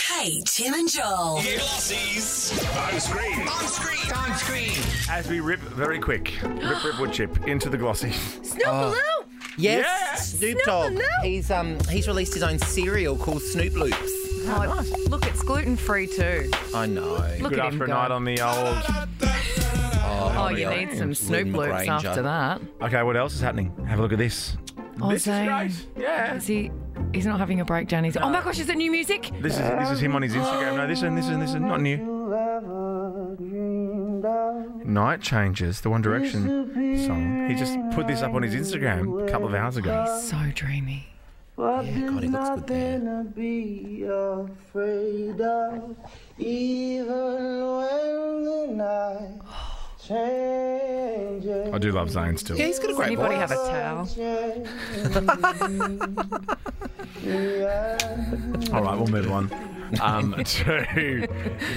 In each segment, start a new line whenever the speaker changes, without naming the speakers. Hey, Tim and Joel.
Glossies. On screen. On screen. On screen.
As we rip very quick, rip, rip, wood chip into the glossy.
Snoop Loop!
Yes,
Yes!
Snoop
Snoop
Dogg.
Loop.
He's um he's released his own cereal called Snoop Loops.
Oh, Look, it's gluten free too.
I know.
Look
Good
at him
after a
go.
night on the old.
Oh,
yeah.
you need some Snoop
Lyndon
Loops
Granger.
after that.
Okay, what else is happening? Have a look at this.
Oh,
this
Zane.
is great. Yeah.
Is he? He's not having a breakdown. He's. Oh my gosh! Is it new music?
This is this is him on his Instagram. No, this and this and this is not new. Night changes the One Direction song. He just put this up on his Instagram a couple of hours ago.
So dreamy.
Yeah, God, he looks good there.
be afraid of, even when the night changes.
I do love Zane still.
Yeah, he's got a great
Anybody
voice.
have a towel?
All right, we'll move on. Um, to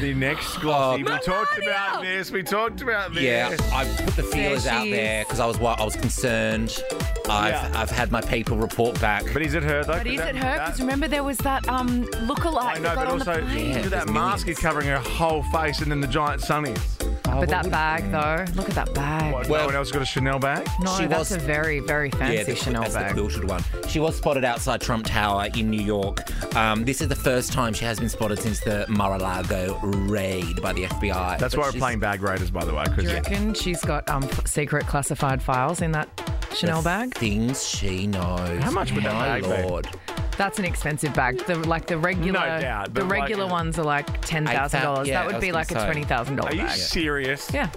the next glossy. we talked about this. We talked about this.
yeah, I put the feelers
There she
out there
is.
because I was wa- I was concerned. I've
Yeah.
I've had my people report back.
But is it her though?
But
'Cause
is
that-
it her?
that-
Because remember there was that um lookalike
I know,
that
but
got on
also
the plane.
look at
there's
that mask is
millions.
covering her whole face, and then the giant sunnies.
But that bag though, look at that bag.
What, no
Well-
one else got a Chanel bag.
No,
She
that's
was-
a very very fancy
Yeah, the,
Chanel
that's the
bag.
quilted one. She was spotted outside Trump Tower in New York. Um, this is the first time she has been spotted since the Mar-a-Lago raid by the FBI.
That's
But
why we're
she's-
playing bag raiders, by the way.
Do you
Because
reckon she's got um f- secret classified files in that Chanel bag?
Things she knows.
How much would that
My
bag be?
Lord.
That's an expensive bag. The like the regular
No doubt,
the
but, like, uh,
regular ones are like ten thousand dollars.
yeah,
that
I
would
was
be
gonna
like a
say.
twenty thousand dollar
are you
bag.
serious?
Yeah.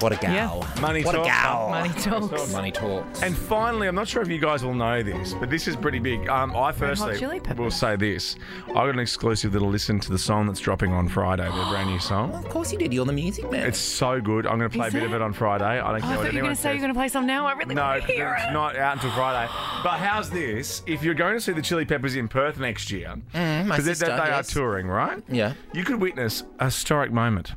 What a gal.
Yeah.
Money
What a
talks.
gal.
Money talks.
Money talks.
And finally, I'm not sure if you guys will know this, but this is pretty big. Um, I firstly
Chili Peppers.
will say this: I got an exclusive that'll listen to the song that's dropping on Friday, their brand new song.
Of course you did. You're the music man.
It's so good. I'm going to play a
Is
bit of
it?
it on Friday. I don't care
Oh, I
what
thought you were
anyone
going to say
says.
you're going to play some now. I really
No,
want
'cause
to hear
it's
it.
not out until Friday. But how's this? If you're going to see the Chili Peppers in Perth next year, because
Mm, my
they,
sister,
they are
yes.
touring, right?
Yeah.
You could witness a historic moment.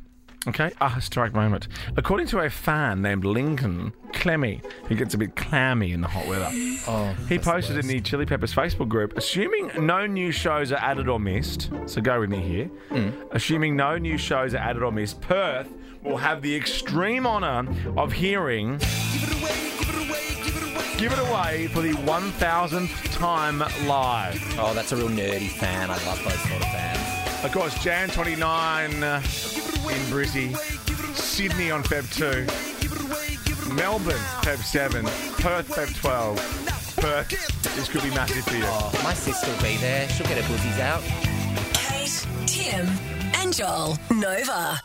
Okay, a historic moment. According to a fan named Lincoln Clemmy, who gets a bit clammy in the hot weather,
Oh,
he
that's the
posted in
worst.
the Chili Peppers Facebook group, assuming no new shows are added or missed. So go with me here.
Mm.
Assuming no new shows are added or missed, Perth will have the extreme honour of hearing.
Give it away, give it away, give it away.
Give it away for the 1000th time live.
Oh, that's a real nerdy fan. I love those sort of fans.
Of course, Jan 29 uh,
Give it away.
in Brizzy,
Give it away.
Sydney on Feb 2,
Give it away, give it away.
Melbourne Feb 7, Perth Feb 12. Perth, this could be massive for you.
Oh, my sister will be there. She'll get her pussies out.
Kate, Tim, and Joel. Nova.